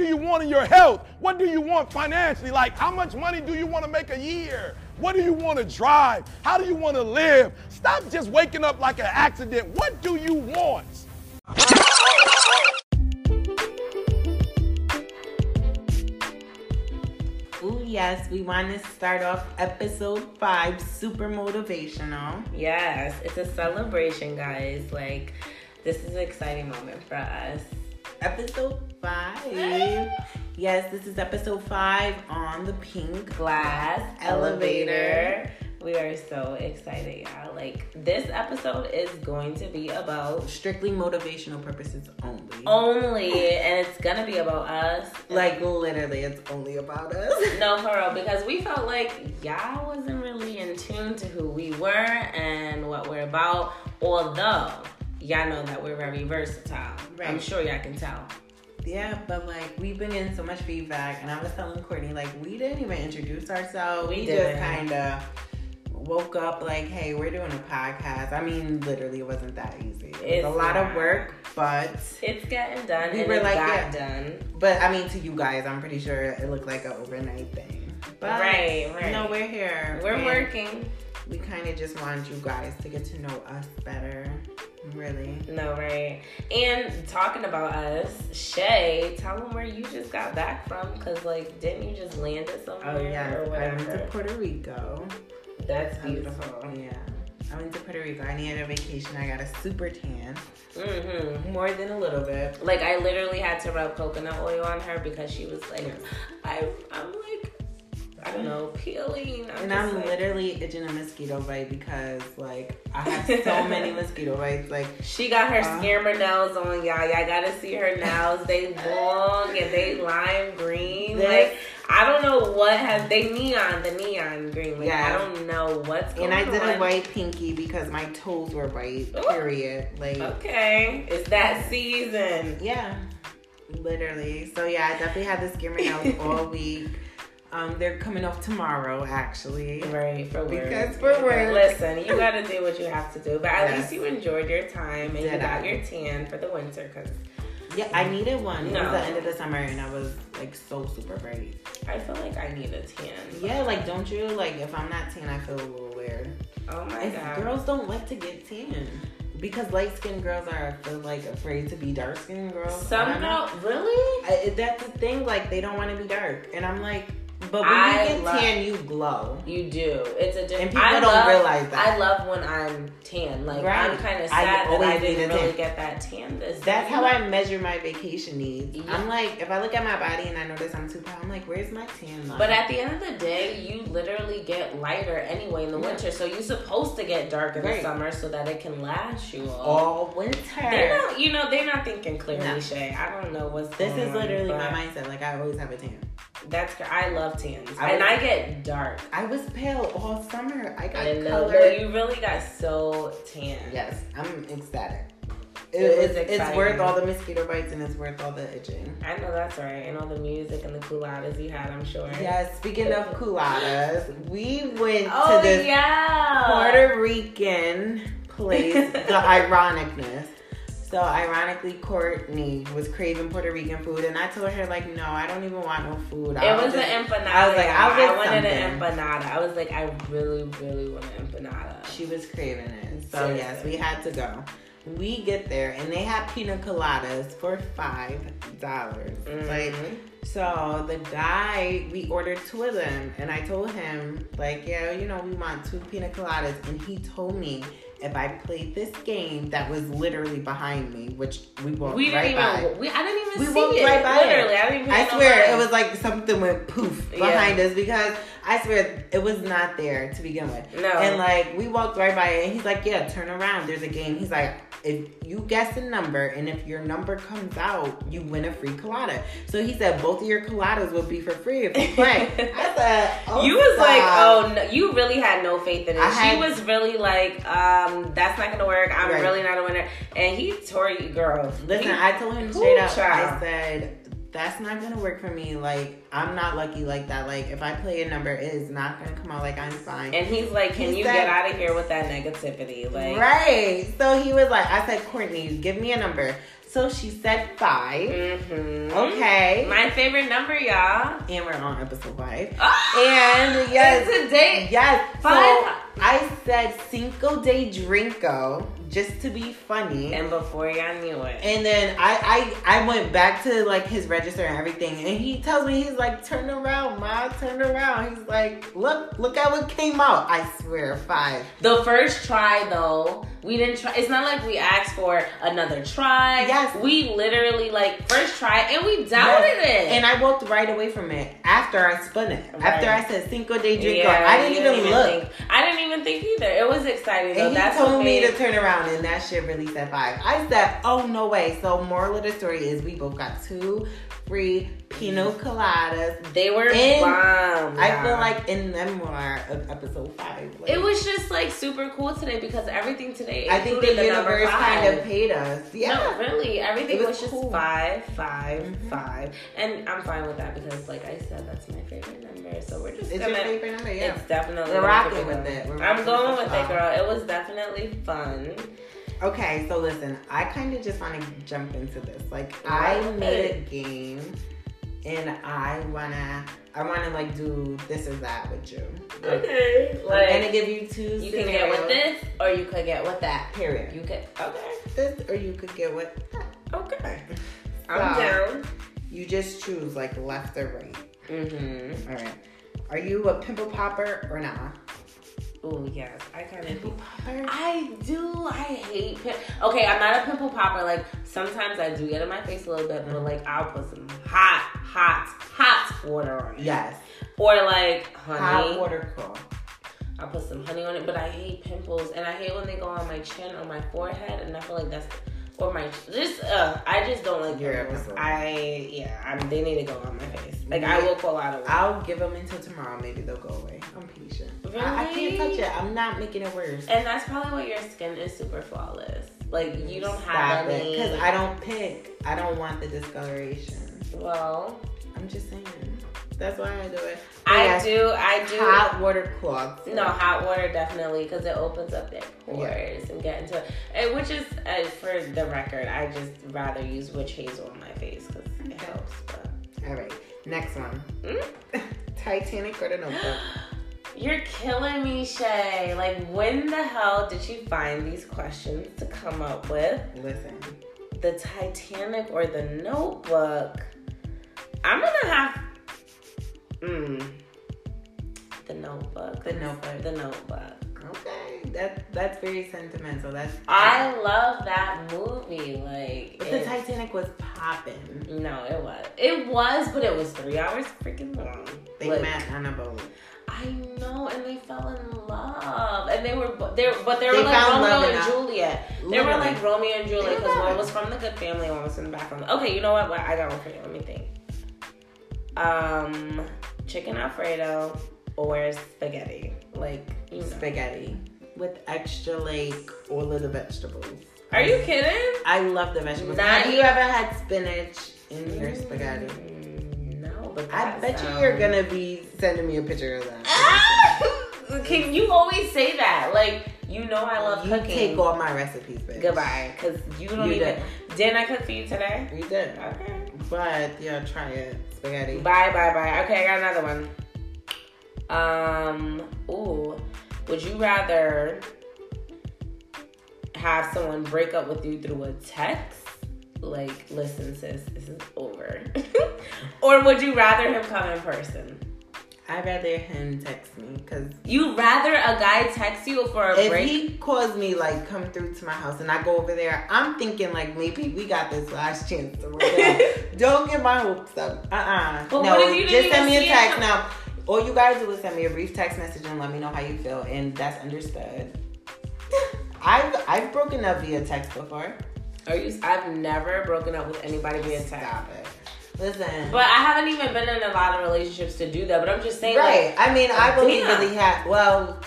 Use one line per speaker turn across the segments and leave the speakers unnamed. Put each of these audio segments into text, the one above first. want in your health? What do you want financially? Like, how much money do you want to make a year? What do you want to drive? How do you want to live? Stop just waking up like an accident. What do you want?
Ooh, yes, we want to start off episode five super motivational.
Yes, it's a celebration, guys. Like, this is an exciting moment for us.
Episode five. Yes, this is episode five on the pink glass elevator.
We are so excited, y'all. Like, this episode is going to be about
Strictly motivational purposes only.
Oh. only, and it's gonna be about us.
Like, literally, it's only about us.
No, for real, because we felt like y'all wasn't really in tune to who we were and what we're about. Although y'all know that we're very versatile. I'm
Right.
sure y'all can tell.
yeah, but like, we've been getting so much feedback, and I was telling Courtney, like, we didn't even introduce ourselves.
We
We, just
didn't.
kind of woke up like, hey, we're doing a podcast. I mean, literally, it wasn't that easy. It was
It's
a lot
not.
of work, but.
It's getting done.
We
and
were
it
like,
got
yeah.
done.
But I mean, to you guys, I'm pretty sure it looked like an overnight thing. But
Right, right.
No, we're here.
We're
and
working.
We kind of just wanted you guys to get to know us better. Really.
No, right. And talking about us, Shay, tell them where you just got back from, because, like, didn't you just land at somewhere
Oh yeah,
or
I went to
whatever?
Puerto Rico.
That's beautiful.
Beautiful. Yeah. I went to Puerto Rico. I needed a vacation. I got a super tan,
Mm-hmm.
more than a little bit.
Like, I literally had to rub coconut oil on her because she was like, I, I'm like, I don't know, peeling. I'm
And
just
I'm
like,
literally itching a mosquito bite because like I have so many mosquito bites. Like
She got her
Uh.
scammer nails on, y'all. Y'all gotta see her nails. They long and they lime green.
They're-
Like I don't know what has they neon the neon green. Like
Yeah.
I don't know what's going
and I did a
on.
white pinky because my toes were white.
Ooh.
Period. Like
Okay, it's that season.
Yeah, literally. So yeah, I definitely had this gear nails all week. Um, they're coming off tomorrow, actually.
Right for work.
Because for work.
Listen, you gotta do what you have to do. But at
Yes.
least you enjoyed your time and you
Did
got
I?
your tan for the winter. Cause
Yeah, I needed one. It
No.
was the end of the summer, and I was like so super bright.
I feel like I need a tan.
Yeah, like don't you like if I'm not tan, I feel a little weird.
Oh my
It's-
god.
girls don't like to get tan because light skinned girls are I feel like afraid to be dark skinned girls. I
Some
don't know.
girl really?
I, that's the thing. Like they don't want to be dark, and I'm like, but when
I
you get
love-
tan, you glow.
You do. It's a different.
And people
I
don't
love,
realize that.
I love when I'm tan. Like
Right.
I'm kind
I
of sad that
always
I
need
didn't
a
really
tan.
get that tan. This
That's how
time.
I measure my vacation needs.
Yeah.
I'm like, if I look at my body and I notice I'm too pale, I'm like, where's my tan line?
But at the end of the day, you literally get lighter anyway in the
Yeah.
winter. So you're supposed to get dark in the
Right.
summer so that it can last you all.
all winter.
They're not, you know, they're not thinking clearly,
No.
Shay. I don't know what's
This
going
is literally
on,
my
but
mindset. Like I always have a tan.
That's cr- I love tans,
I
and
was-
I get dark.
I was pale all summer. I got
I know
color.
you really got so tan.
Yes, I'm ecstatic. It,
It was
it's, it's
exciting.
worth all the mosquito bites and it's worth all the itching.
I know that's right, and all the music and the culottes you had, I'm sure.
Yes, speaking of culottes, we went
Oh
to this
yeah.
Puerto Rican place the ironicness. So ironically, Courtney was craving Puerto Rican food, and I told her like, no, I don't even want no food.
It was an empanada.
I was like, I'll get
y'all. I wanted an
something.
empanada. I was like, I really, really want an empanada.
She was craving it, so
Seriously.
yes, we had to go. We get there, and they had pina coladas for five dollars.
Mhm.
Like, so the guy, we ordered two of them, and I told him, like, yeah, you know, we want two pina coladas. And he told me if I played this game that was literally behind me, which we walked
we
right
didn't
by.
even. We, I didn't even
We walked
see it.
right by it.
Literally, I didn't even.
I
know
swear
why.
it was like something went poof
Yeah.
behind us because I swear it was not there to begin with.
No.
And like we walked right by it and he's like, Yeah, turn around. There's a game. He's like, if you guess a number and if your number comes out, you win a free colada. So he said both of your coladas will be for free if you play. I said, oh,
You was like,
stop.
oh, no, you really had no faith in it.
I
she
had-
was really like, um, that's not gonna work. I'm
Right.
really not a winner. And he tore you, girl.
Listen,
He-
I told him
Ooh,
straight up. I
child.
said that's not gonna work for me. Like I'm not lucky like that. Like if I play a number, it is not gonna come out like I'm fine.
and he's like, can
He
you
said-
get out of here with that negativity? Like,
Right. So he was like, I said, Courtney, give me a number. So she said 5
Mm-hmm.
Okay.
My favorite number, y'all.
and we're on episode five.
Oh,
And yes,
It's a date.
Yes.
Five.
So I said Cinco de Drinko just to be funny.
And before y'all knew it.
And then I, I I went back to like his register and everything, and he tells me he's like, turn around, ma, turn around. He's like, look, look at what came out. I swear, five.
The first try though, we didn't try. It's not like we asked for another try.
Yes.
We literally like first try and we doubted it.
And I walked right away from it after I spun it. After I said Cinco de Drinko,
Yeah,
I didn't
you
even look.
Think, I didn't even think either. It was exciting though.
And he
That's
told
what
me
made-
to turn around, and that shit really said five. I said, "Oh no way!" So moral of the story is, we both got two free pino
Mm-hmm.
coladas.
They were
And
bomb.
I
y'all.
feel like in memoir of episode five, like,
it was just like super cool today because everything today.
I think the
included number
universe
five.
kind of paid us. Yeah,
No, really, everything
It was
was, just
cool.
five, five,
Mhm.
five. and I'm fine with that because, like I said, that's my favorite number. So we're just
it's
gonna.
your favorite number. Yeah.
It's definitely
We're
gonna
rocking
keep
with
going.
it. We're
I'm
rocking
going
with
with
the
it, girl. It was definitely fun.
Okay, so listen, I kind of just want to jump into this. Like, I
Love
made a
it.
game, and I wanna, I wanna like do this or that with you. Like,
Okay,
I'm gonna
like
give you two.
you can get with
scenarios.
this or you could get with that.
Period.
You could okay,
this or you could get with that.
okay.
Wow.
I'm down.
You just choose like left or right.
Mm-hmm.
All right. Are you a pimple popper or not?
Oh yes, I kind of.
popper.
I do. I hate. Pim- okay, I'm not a pimple popper. Like sometimes I do get in my face a little bit, but like I'll put some hot, hot, hot water on it.
Yes.
Or like honey.
Hot water cool.
I put some honey on it, but I hate pimples, and I hate when they go on my chin or my forehead, and I feel like that's or my just uh, I just don't like
Your
pimples.
episode.
I yeah, I'm, they need to go on my face. Like I will pull out of it.
I'll give them until tomorrow. Maybe they'll go away. I'm patient. I, I can't
Really?
touch it. I'm not making it worse.
And that's probably why your skin is super flawless. Like you don't
Stop
have any.
it. Cause I don't pick. I don't want the discoloration.
well,
I'm just saying. That's why I do it.
I
Yes.
do. I do.
Hot water cloth.
No, hot water definitely because it opens up their pores
Yeah.
and get into it. And which is, uh, for the record, I just rather use witch hazel on my face because it
Okay.
helps. But
All right. Next one.
Mm.
Titanic or the Notebook.
you're killing me, Shay. Like, when the hell did you find these questions to come up with?
Listen.
The Titanic or the Notebook? I'm gonna have. Mm. The Notebook.
The Notebook.
The Notebook.
Okay, that that's very sentimental. That's
I love that movie. Like,
But the
it-
Titanic was popping.
no, it was. It was, but it was three hours freaking long.
They
Like,
met on a boat.
I know, and they fell in love, and they were bo- they were- but they,
They
were like
found love
Romeo
in
and
a-
Juliet. They were
Literally.
like Romeo and Juliet because
love.
one was from the good family, one was from the bad family. Okay, you know what? Well, I got one for you. Let me think. Um, chicken alfredo or spaghetti? Like, you know.
spaghetti with extra like all of the vegetables.
are you kidding?
I love the vegetables.
Not-
Have you ever had spinach in your spaghetti?
Mm, No, but
I
that
bet you
sounds-
you're gonna be sending me a picture of that.
Ah! Can you always say that? Like you know, I love
you
cooking.
take all my recipes, bitch.
Goodbye, because you don't
You
even. Didn't I cook for you today?
You did.
Okay.
But yeah, try it. Spaghetti.
Bye, bye, bye. Okay, I got another one. Um. Ooh. Would you rather have someone break up with you through a text? Like, listen, sis, this is over. or would you rather him come in person?
I'd rather him text me because
You'd rather a guy text you for a
if
break?
he calls me like come through to my house and I go over there, I'm thinking like maybe we got this last chance to work it out. Don't get my hopes up. Uh uh
But
no,
what if you didn't
just
even
send me
see
a text
him?
now. All you gotta do is send me a brief text message and let me know how you feel, and that's understood. I've I've broken up via text before.
Are you? I've never broken up with anybody via text.
Stop it. Ah, Listen.
But I haven't even been in a lot of relationships to do that. But I'm just saying,
right. I mean, I believe
Damn.
really had. Well,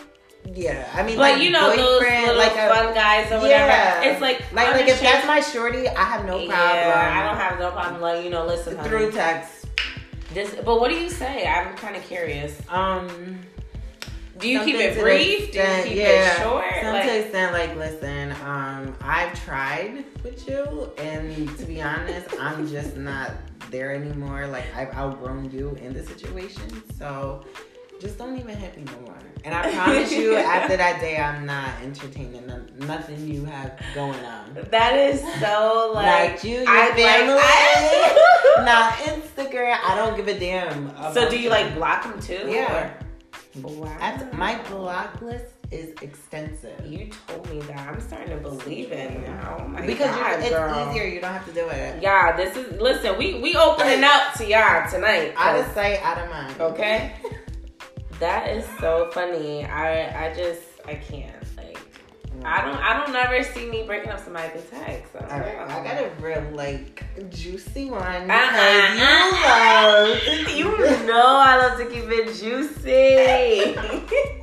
yeah. I mean,
like, but
like
you know those
boyfriend,
little
like a-
fun guys or whatever.
Yeah.
It's like
Like,
I'm
like if
ashamed-
that's my shorty, I have no problem.
Yeah, I don't have no problem. Like you know, listen, honey,
through text.
this. But what do you say? I'm kind of curious.
Um,
Do you keep
something
it
to the
brief? Do you
extent-
keep
yeah,
it short?
Some
Like-
to the extent, like, listen, um, I've tried with you, and to be honest, I'm just not there anymore. Like, I've outgrown you in this situation, so just don't even hit me no more. And I promise you, after that day, I'm not entertaining none- nothing you have going on.
That is so like,
Like you, your
I- like,
family,
I-
nah, Instagram. I don't give a damn.
So
about
do you
you.
like block them too?
Yeah.
or- Wow.
That's, my block list is extensive.
You told me that. I'm starting to believe it now. Oh my
because you,
God,
it's
girl.
easier. You don't have to do it.
Yeah, this is listen. We we opening up to y'all tonight.
Out of sight, out of mind.
Okay. That is so funny. I I just I can't like I don't I don't never see me breaking up somebody's text. So.
All right, I got a real like juicy one.
Uh-uh,
because you
Uh-huh. You
love
know I love to keep it juicy.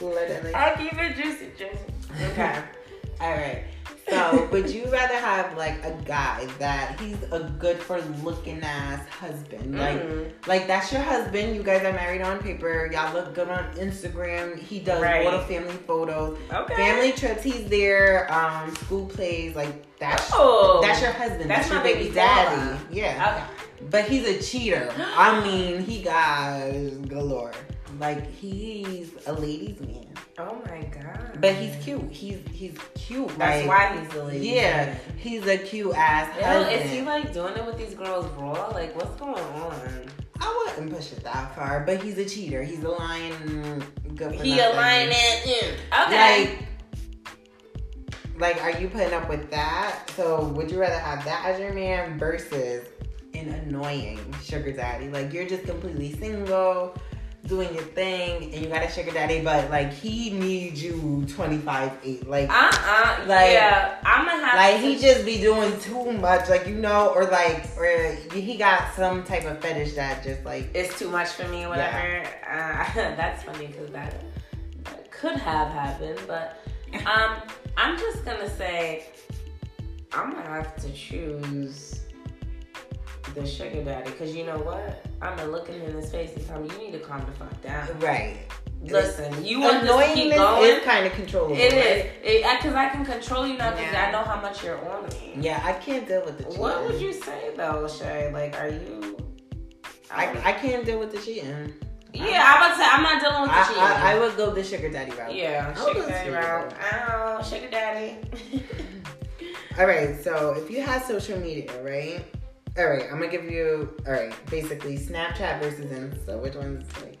literally.
I keep it juicy, juicy. Okay.
All right. So, would you rather have like a guy that he's a good for looking ass husband? Like,
Mm.
like that's your husband. You guys are married on paper. Y'all look good on Instagram. He does
Right.
little family photos.
okay.
Family trips, he's there. Um, school plays, like that's
Oh.
that's your husband. That's,
That's my
your
baby
baby, daddy. Yeah,
Okay.
but he's a cheater. I mean, he got galore. Like he's a ladies man,
Oh my god.
but he's cute. He's he's cute.
Mm. that's
like,
why he's the lady.
Yeah, he's a cute ass
Ew,
husband.
is he like doing it with these girls raw? Like what's going on?
I wouldn't push it that far, but he's a cheater. He's a lion. Good for
He
nothing.
a lion and mm. okay.
Like, like, are you putting up with that? So, would you rather have that as your man versus an annoying sugar daddy? Like, you're just completely single, doing your thing, and you got a sugar daddy, but like, he needs you 25 8. Like,
uh uh
like-
yeah. I'm gonna have
like
to
he just be doing too much, like you know, or like, or he got some type of fetish that just like,
it's too much for me or whatever. Uh, that's funny because that, that could have happened, but um, I'm just gonna say I'm gonna have to choose the sugar daddy because you know what? I'm gonna look him in his face and tell him you need to calm the fuck down.
right?
Listen, you want this to keep
Annoyingness
going.
is kind of controllable.
It
right?
is because I can control you now because
Yeah.
I know how much you're on me.
Yeah, I can't deal with the cheating.
What would you say though, Shay? Like, are you?
I, I can't deal with the cheating.
yeah, I'm about to say I'm not dealing with the cheating.
I, I, I would go the sugar daddy route.
Yeah,
I would
sugar
go the
daddy
sugar
round.
daddy.
Oh, sugar daddy.
All right, so if you had social media, right? All right, I'm gonna give you all right. Basically, Snapchat versus Insta. Which one's like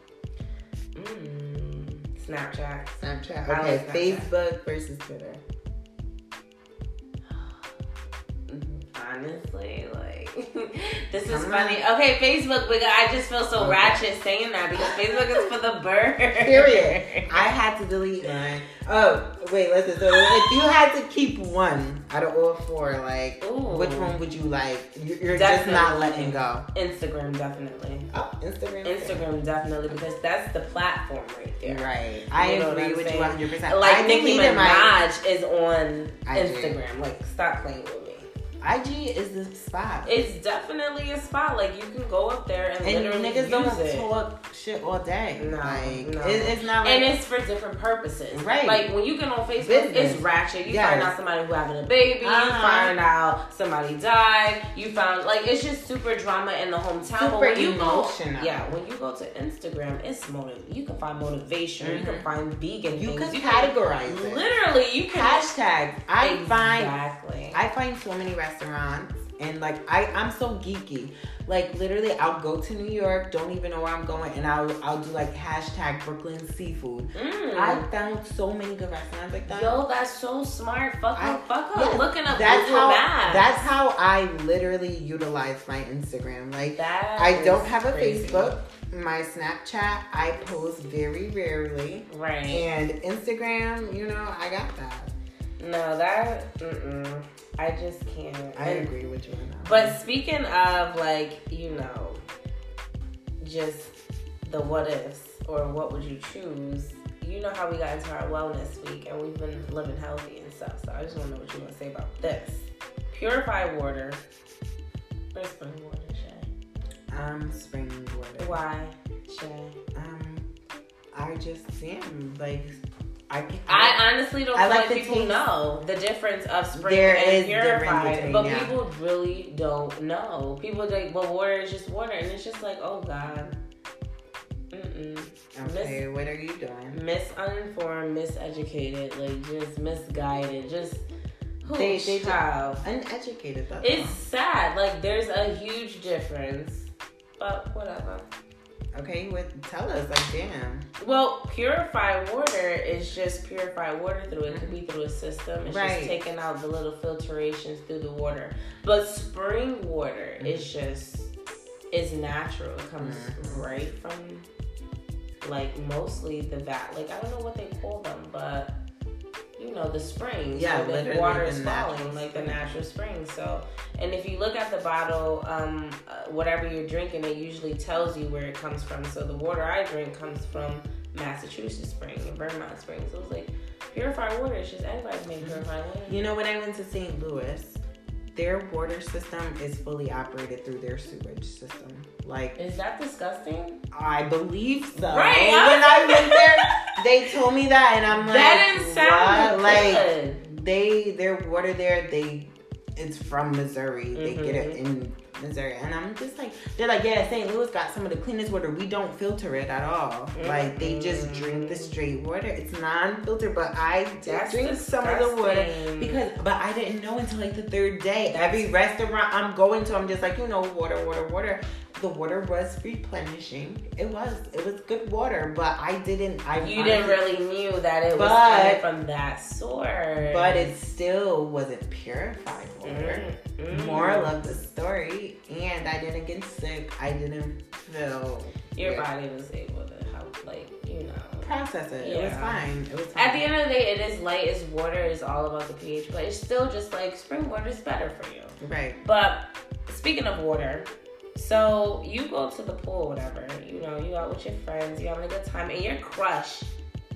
mm, Snapchat.
Snapchat?
I
Okay,
like Snapchat.
Facebook versus Twitter.
Honestly, like this is
I'm not-
funny. Okay, Facebook. Because I just feel so
Okay.
ratchet saying that because Facebook is for the bird.
Period. I had to delete mine. Oh wait, listen. So if you had to keep one out of all four, like
Ooh.
which one would you like? You- You're
Definitely.
just not letting go.
Instagram definitely.
Oh, Instagram.
Instagram definitely because that's the platform right there.
Right. I
You know what
agree
I'm
with
saying?
you 100. percent
Like
I
Nicki
deleted
Minaj
my
is on
IG.
Instagram. Like, stop playing with me.
IG is the spot.
It's definitely a spot. Like, you can go up there and,
and
literally
niggas
use
don't
it.
talk shit all day.
No,
like
no.
It, it's not like
and it's for different purposes.
Right.
Like when you get on Facebook,
Business.
it's ratchet. You
Yes.
find out somebody who having a baby. You
Uh-huh.
find out somebody died. You found like it's just super drama in the hometown. but
Super
when you Go,
emotional.
yeah, when you go to Instagram, it's motive. You can find motivation. You can
Mhm.
find vegan.
you
things.
can categorize it.
Literally, you can.
Hashtag. I find
exactly.
I find so many restaurants. And like I, I'm so geeky. Like literally, I'll go to New York, don't even know where I'm going, and I'll, I'll do like hashtag Brooklyn seafood.
Mm.
I found so many good restaurants like that.
Yo, that's so smart. Fuck
I-
up, fuck up.
Yeah,
Looking up
that's
Google
how
Maps.
that's how I literally utilize my Instagram. Like
That
I don't
is
have a
crazy.
Facebook, my Snapchat I post very rarely,
Right.
and Instagram, you know, I got that.
No, that. Mm-mm. I just can't.
I
And-
agree with you on that.
But speaking of like, you know, just the what ifs or what would you choose, you know how we got into our wellness week and we've been living healthy and stuff. So I just wanna know what you wanna say about this. Purified water. Or spring water, Shay.
um, spring water.
Why, Shay?
Um, I just am like I can
I honestly don't
I
feel
like
like,
the
people
taste.
know the difference of spring
There
and
is difference
purified,
between,
but
yeah.
people really don't know. People like, well, water is just water, and it's just like, oh god, Mm-mm.
okay. What are you doing?
mis uninformed, miseducated, like just misguided, just who
They- they do-
child.
Uneducated. That's
It's sad. Like there's a huge difference, but whatever.
all. okay. What? Tell us. Like damn.
Well, purified water is just purified water through it. It could be through a system. It's
Right.
just taking out the little filtrations through the water. But spring water is
Mm-hmm.
just it's natural. It comes right from like mostly the vat. Like I don't know what they call them, but you know the springs.
Yeah,
where the
literally
water
the
is
natural
falling like the
spring.
natural springs. So and if you look at the bottle, um, uh, whatever you're drinking, it usually tells you where it comes from. So the water I drink comes from Massachusetts Spring and Vermont Springs. So it's like purified water. It's just everybody's making purified water.
You know when I went to St. Louis, their water system is fully operated through their sewage system. Like
Is that disgusting?
I believe so.
Right, I
When
was-
I went there, they told me that, and I'm like,
that didn't
what?
sound
Like
good.
they, their water there, they, it's from Missouri. They get it
Mm-hmm.
in Missouri, and I'm just like, they're like, yeah, St. Louis got some of the cleanest water. We don't filter it at all. Like they just drink the straight water. It's non-filtered, but I did
Mm-hmm. That's
drink some of the water
disgusting.
because, but I didn't know until like the third day. Every restaurant I'm going to, I'm just like, you know, water, water, water the water was replenishing. It was. It was good water, but I didn't. I
You didn't really knew that it was
But-
coming from that source.
But it still wasn't purified water.
Mm,
Moral of the story, and I didn't get sick. I didn't feel
your body was able to help, like you know.
process it. It was
Yeah.
fine. It was fine.
At the end of the day, it is light, it's water, it's all about the pH, but it's still just like spring water is better for you.
right.
But speaking of water, so you go to the pool, whatever, you know, you out with your friends, you having a good time, and your crush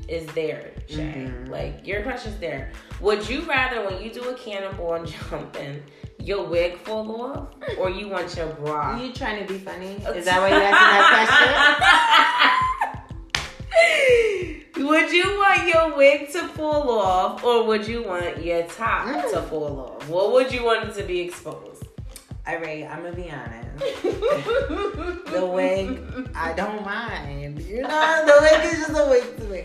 is there, Shay.
Mhm.
Like your crush is there. Would you rather when you do a cannonball and jump in, your wig fall off, or you want your
Are
bra?
you trying to be funny? Is that why you asking that
would you want your wig to fall off or would you want your top
Mm.
to fall off? What would you want it to be exposed?
question? All right. I'm gonna be honest. the wig, I don't mind. You know, the wig is just a wig to me.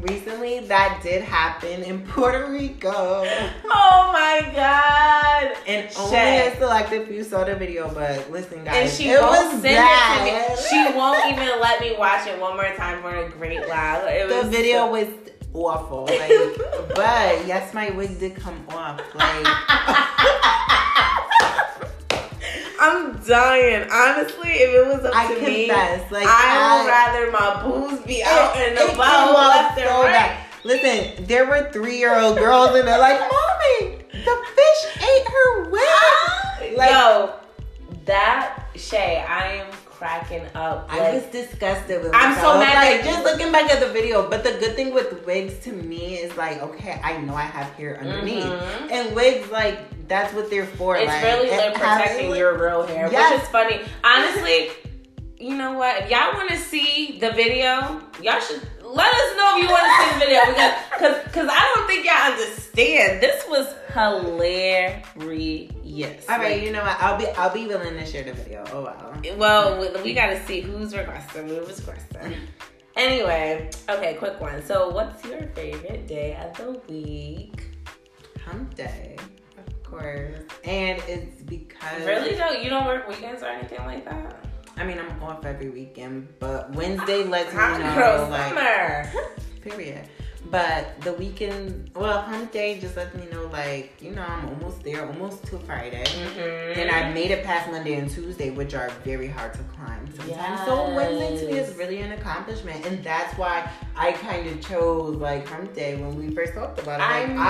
Recently, that did happen in Puerto Rico,
Oh my god.
and only
Shay.
a selected few saw the video. But listen, guys,
And she
it
won't
was
send
bad.
it to me. She won't even let me watch it one more time for a great laugh. It
the
was
video was awful. Like, but yes, my wig did come off. Like,
I'm dying. Honestly, if it was up
I
to me,
confess, like I-
I would rather my boobs be out and
It came
about
off
left and
so
right.
bad. Listen, there were three-year-old girls, and they're like, "Mommy, the fish ate her wig." Like,
Ah, Yo, that Shay, I am cracking up.
I
Like,
was disgusted with
I'm so
myself.
mad
Like,
that-
just looking back at the video, but the good thing with wigs to me is like, okay, I know I have hair underneath,
Mhm.
and wigs like that's what they're for.
it's
like,
really
it
them
has-
protecting your real hair,
Yes.
which is funny. Honestly, you know what? If y'all want to see the video, y'all should let us know if you want to see the video because cause, cause I don't think y'all understand. This was hilarious.
All right, you know what? I'll be I'll be willing to share the video. Oh wow.
Like, well, we- we got to see who's requesting, who's requesting. Anyway, okay, quick one. So, what's your favorite day of the week?
Hump day, of course, and it's because
Really though, you don't work weekends or anything like that.
I mean, I'm off every weekend, but Wednesday lets me
Hot
know
girl
like
summer.
Period. But the weekend, well, hump day just lets me know, like, you know, I'm almost there, almost to Friday.
Mm-hmm.
And I made it past Monday and Tuesday, which are very hard to climb sometimes. So Wednesday to me is
Yes.
really an accomplishment. And that's why I kind of chose, like, hump day when we first talked about it.
I
Like,
know.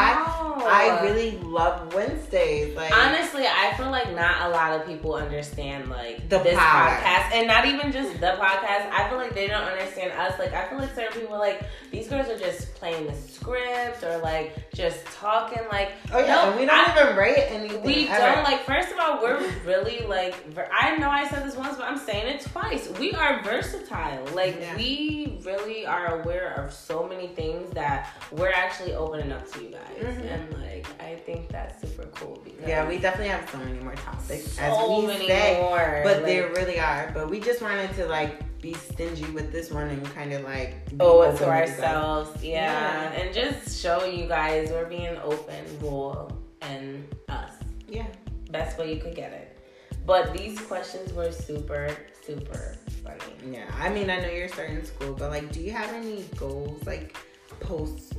I, I really love Wednesdays. Like,
honestly, I feel like not a lot of people understand like
The
this
power.
podcast, and not even just the podcast. I feel like they don't understand us. Like I feel like certain people are like these girls are just plain playing the script or like just talking. Like,
Oh yeah,
no,
and we don't
I-
even rate anything.
we
ever.
don't like. First of all, we're really like. ver- I know I said this once, but I'm saying it twice. We are versatile. Like
Yeah.
we really are aware of so many things that we're actually opening up to you guys,
Mhm.
and like I think that's super cool. Because
Yeah, we definitely have so many more topics
so
as we
many
say,
more.
but
like-
there really are. But we just wanted to like be stingy with this one and kind of like be
owe
open
it to
with you guys.
ourselves. Yeah.
Yeah.
And just show you guys we're being open, cool, and us.
Yeah,
Best way you could get it. But these questions were super, super funny.
yeah. I mean, I know you're starting school, but like, do you have any goals like post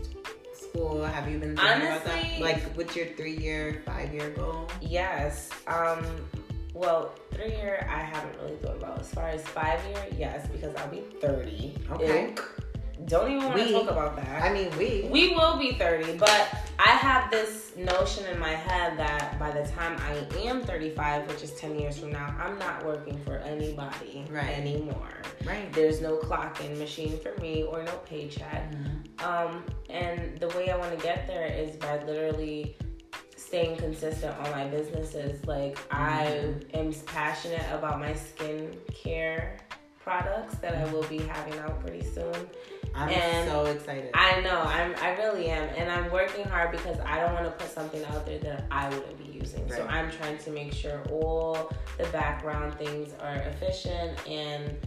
school? Have you been thinking about that?
Honestly-
Like, what's your three year, five year goal?
Yes. Um well, three year I haven't really thought about. As far as five year, yes, because I'll be thirty.
Okay.
Ilk. Don't even want
We-
to talk about that.
I mean, we.
We will be 30, but I have this notion in my head that by the time I am 35, which is 10 years from now, I'm not working for anybody
Right.
anymore.
Right.
There's no clock-in machine for me or no paycheck. Um, and the way I want to get there is by literally staying consistent on my businesses. Like
Mm-hmm.
I am passionate about my skincare products that I will be having out pretty soon.
I'm
And
so excited.
I know, I'm, I really am, and I'm working hard because I don't want to put something out there that I wouldn't be using. So
Right.
I'm trying to make sure all the background things are efficient and,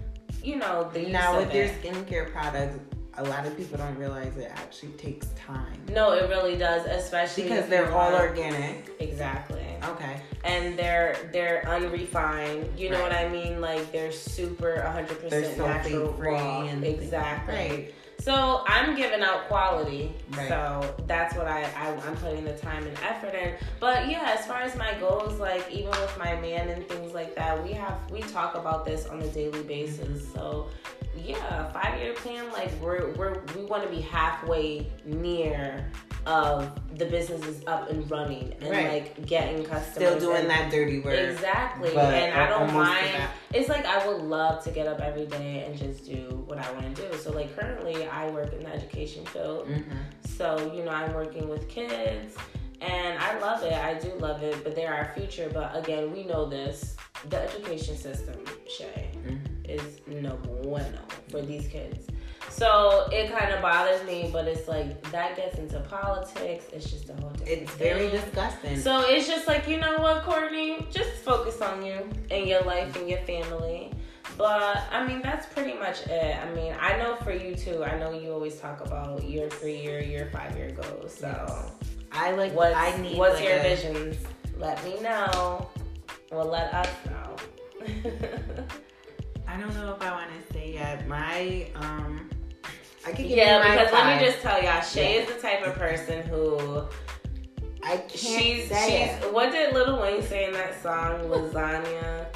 you know, the use
now
of
with your
it.
skincare products, a lot of people don't realize it actually takes time
No, it really does, especially
because
if
they're
you
all
are-
organic.
exactly,
Okay.
and they're they're unrefined. You know
Right.
what I mean? Like they're super 100
They're
percent natural,
sulfate free
raw.
and things like that.
exactly.
Right.
So I'm giving out quality.
Right.
So that's what I, I I'm putting the time and effort in. But yeah, as far as my goals, like even with my man and things like that, we have we talk about this on a daily basis.
Mm-hmm.
So yeah, five year plan, like we're we're we want to be halfway near of the business is up and running and
Right.
like getting customers.
Still doing
and-
that dirty work.
Exactly,
but
and I don't
almost to
mind.
that.
It's like I would love to get up every day and just do what I want to do. So like currently, I work in the education field.
Mhm.
So you know, I'm working with kids, and I love it. I do love it, but they're our future. But again, we know this: the education system, Shay,
Mhm.
is no bueno for these kids. So it kind of bothers me, but it's like that gets into politics. It's just a whole different.
It's very
thing.
disgusting.
So it's just like, you know what, Courtney? Just focus on you and your life and your family. But I mean, that's pretty much it. I mean, I know for you too, I know you always talk about your three year, your five year goals. So,
I like.
what's,
I need.
what's
like
your
a-
visions? Let me know. Well, let us know.
I don't know if I want to say yet. My um. I could give
yeah,
you my
because let
five.
me just tell y'all, Shay
Yeah.
is the type of person who
I can't
She's
say
she's
it.
what did Little Wayne say in that song Lasagna?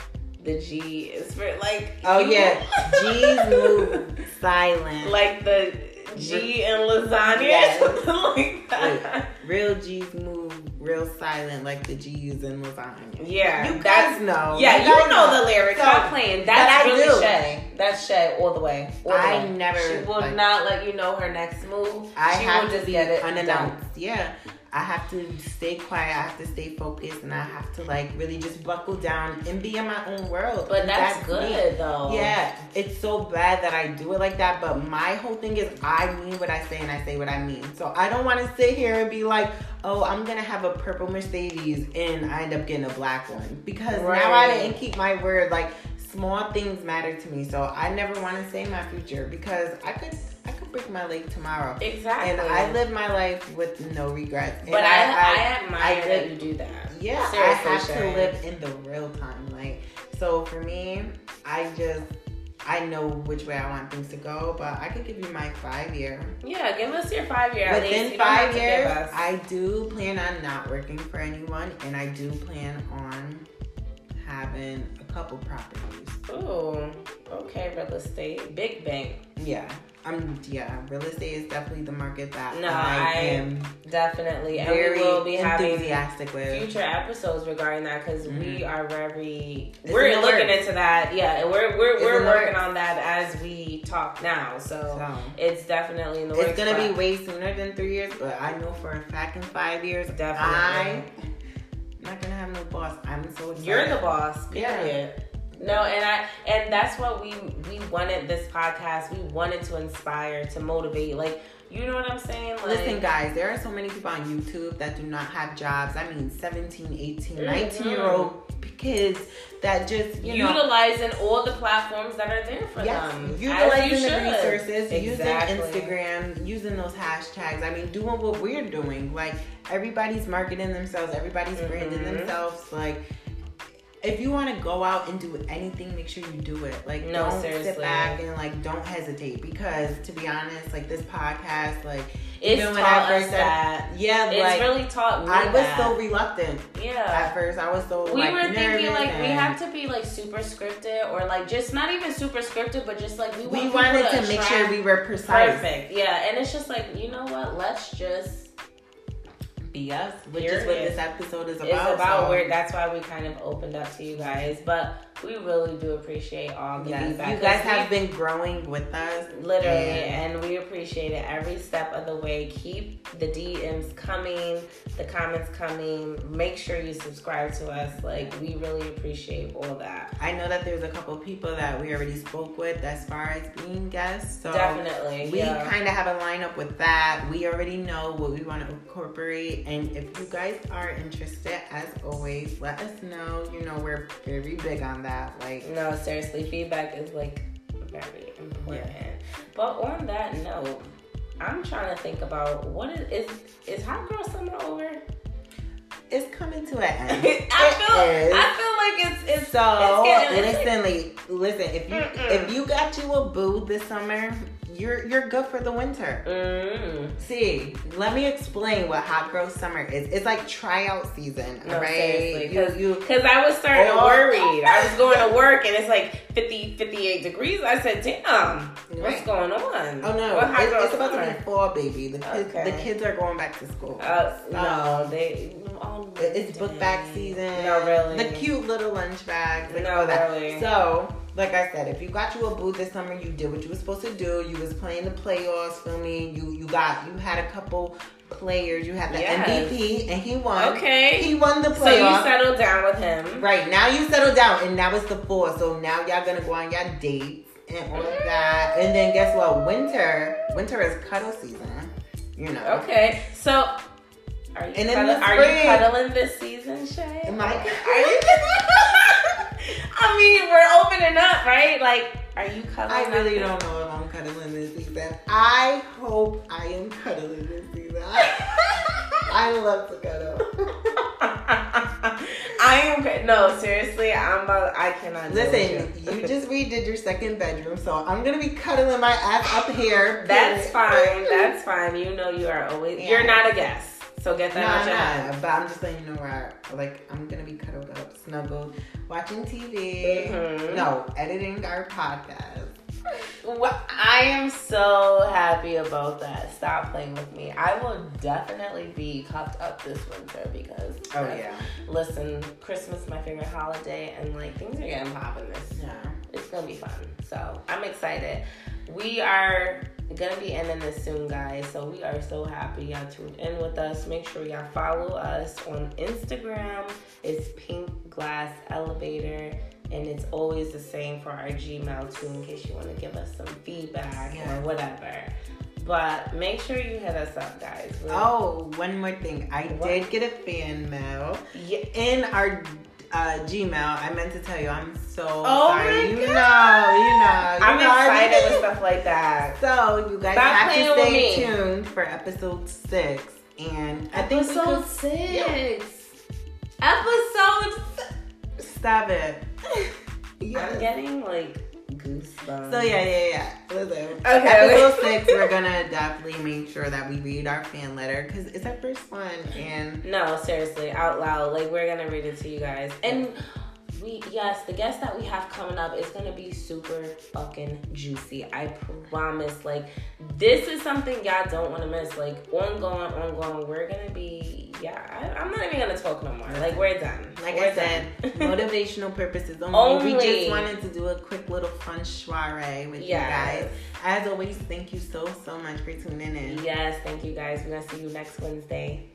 The G is for like
Oh
you-
yeah, G's move silent.
like the G and lasagna
Yes.
something like that.
real G's move real silent, like the G's in lasagna.
Yeah,
you
that's-
guys know.
Yeah, you
guys
know the lyrics.
So,
Stop playing.
but
That's
I
really
do.
Shay. That's Shay all the way. All the
I
way.
never,
She will
like-
not let you know her next move.
I
she
have
will
to
just
be
get it
unannounced. Yeah. I have to stay quiet. I have to stay focused, and I have to like really just buckle down and be in my own world.
But
And
that's,
me.
good though.
Yeah, it's so bad that I do it like that, but my whole thing is I mean what I say and I say what I mean. So I don't want to sit here and be like, oh, I'm gonna have a purple Mercedes and I end up getting a black one because now I
Right.
didn't keep my word. Like small things matter to me, so I never want to say my future because I could I could break my leg tomorrow.
Exactly.
And I live my life with no regrets. And
But I, I, admire
I
that
live-
you do that.
yeah,
Seriously,
I have
Shay.
to live in the real time. Like, so for me, I just I know which way I want things to go, but I could give you my five year.
Yeah, give us your five year. at least.
Within
You don't have
five
to give
years,
us-
I do plan on not working for anyone, and I do plan on having a couple properties.
Ooh, okay, real estate, big bank,
Yeah, I'm. Yeah, real estate is definitely the market that
No,
I,
I
am
definitely, and
very
we will be having
enthusiastic with.
future episodes regarding that because we
Mhm.
are very
It's
we're
in the
looking
works.
into that. Yeah, and we're we're,
It's
we're
in the
working
works.
on that as we talk now. So,
So.
it's definitely in the
It's
works.
gonna be
but
way sooner than three years, but I know for a fact in five years,
Definitely.
I'm not gonna have no boss. I'm so excited.
You're the boss.
Yeah.
Period. No, and I and that's what we we wanted this podcast. We wanted to inspire, to motivate. Like you know what I'm saying? Like,
Listen, guys, there are so many people on YouTube that do not have jobs. I mean, 17, 18, 19
Mhm.
year old kids that just, Mm-hmm. you know,
utilizing all the platforms that are there for
yes,
them. um, as
utilizing
you
the
should.
resources,
Exactly.
using Instagram, using those hashtags. I mean, doing what we're doing. Like, everybody's marketing themselves, everybody's branding
Mhm.
themselves. Like, if you want to go out and do anything, make sure you do it. Like,
No,
don't sit
seriously.
back and like don't hesitate because, to be honest, like this podcast, like
It's
even
taught
when I first started-
us that.
yeah,
It's
like
really taught me
I was
that.
so reluctant
yeah.
at first. I was so
we
like,
were thinking
nervous
like we
and
have to be like super scripted or like just not even super scripted, but just like we, want
We
people
wanted to make
attract-
sure we were precise.
perfect. Yeah, and it's just like you know what? Let's just
Be us, which
Here
is what
it is.
this episode is
It's
about.
about
so-
where that's why we kind of opened up to you guys, but we really do appreciate all the
Yes,
feedback.
you guys have been growing with us.
literally,
Yeah.
and we appreciate it every step of the way. Keep the DMs coming, the comments coming. Make sure you subscribe to us. Like we really appreciate all that.
I know that there's a couple people that we already spoke with as far as being guests. So
Definitely,
We
yeah.
kind of have a lineup with that. We already know what we want to incorporate. And if you guys are interested, as always, let us know. You know, we're very big on that. Like,
no, seriously, feedback is like very important. But on that note, I'm trying to think about what is is, is Hot Girl Summer over?
it's coming to an end.
I feel
It is.
I feel like it's it's
So
it's getting- it's
listen, Lee, listen. If you
Mm-mm.
if you got you a boo this summer, you're you're good for the winter.
Mm.
See, let me explain what hot girl summer is. It's like tryout season,
No,
all right?
seriously,
You, you
Because I was starting
Oh.
to worried. I was going to work and it's like 50, 58 degrees. I said, damn, what's
Right.
going on?
oh no,
What hot
it's,
girl
it's about to
summer?
be fall, baby. The kids, the
Okay.
kids are going back to school.
Uh, no,
No.
they. Oh,
It- it's book bag
dang.
season.
No, really.
The cute little lunch bags. Like
No,
all that.
really.
So, like I said, if you got you a boo this summer, you did what you were supposed to do. You was playing the playoffs. Feel me? You you got you had a couple players. You had the
Yes.
MVP, and he won.
Okay.
He won the
So you
playoffs.
settled down with him.
right now, you settle down, and now it's the fall. So now y'all gonna go on y'all dates and all of that. And then guess what? Winter, winter is cuddle season. You know.
Okay. So are you,
And in
cuddle-
the
are you
spring-
cuddling this season, Shay?
Am I-
Are you? I mean, we're opening up, right? Like, are you cuddling?
I really
up?
don't know if I'm cuddling this season. I hope I am cuddling this season. I, I love to cuddle.
I am no seriously. I'm about. I cannot. deal
Listen,
with
you just redid your second bedroom, so I'm gonna be cuddling my ass up here.
That's fine. That's fine. You know you are always.
Yeah.
You're not a guest, so get
No,
that out your head.
I'm not, but I'm just letting you know where I, like I'm gonna be cuddled up, snuggled, watching TV.
Mhm.
No, editing our podcast.
Well, I am so happy about that. Stop playing with me. I will definitely be cupped up this winter because.
Oh yeah,
Listen, Christmas my favorite holiday, and like things are getting popping this
yeah.
it's gonna be fun. So I'm excited. We are gonna be ending this soon, guys. So we are so happy y'all tuned in with us. Make sure y'all follow us on Instagram. It's Pink Glass Elevator. And it's always the same for our Gmail too, in case you want to give us some feedback
Yeah.
or whatever. But make sure you hit us up, guys. We're-
Oh, one more thing. I
What?
did get a fan mail.
yeah.
in our uh, Gmail, I meant to tell you, I'm so
Oh
sorry.
my
you know,
God.
you know, you
I'm
know
excited with
everything.
stuff like that.
So you guys
Stop
have to
playing with
stay
me.
tuned for episode six, and I think we
episode
could-
six.
Yeah.
Episode six.
stop it.
I'm
yeah.
getting like goosebumps.
So yeah, yeah, yeah. Listen.
Okay.
Episode six, we're gonna definitely make sure that we read our fan letter because it's our first one, and
No, seriously, out loud. Like we're gonna read it to you guys. And we yes, the guest that we have coming up is gonna be super fucking juicy. I promise. Like this is something y'all don't want to miss. Like ongoing, ongoing. We're gonna be yeah. I, I'm not even gonna talk no more. Like we're done.
Like
we're
I said,
done.
motivational purposes only. We
Only.
just wanted to do a quick little fun soiree with
Yes.
you guys. As always, thank you so so much for tuning in.
yes. Thank you guys. We're gonna see you next Wednesday.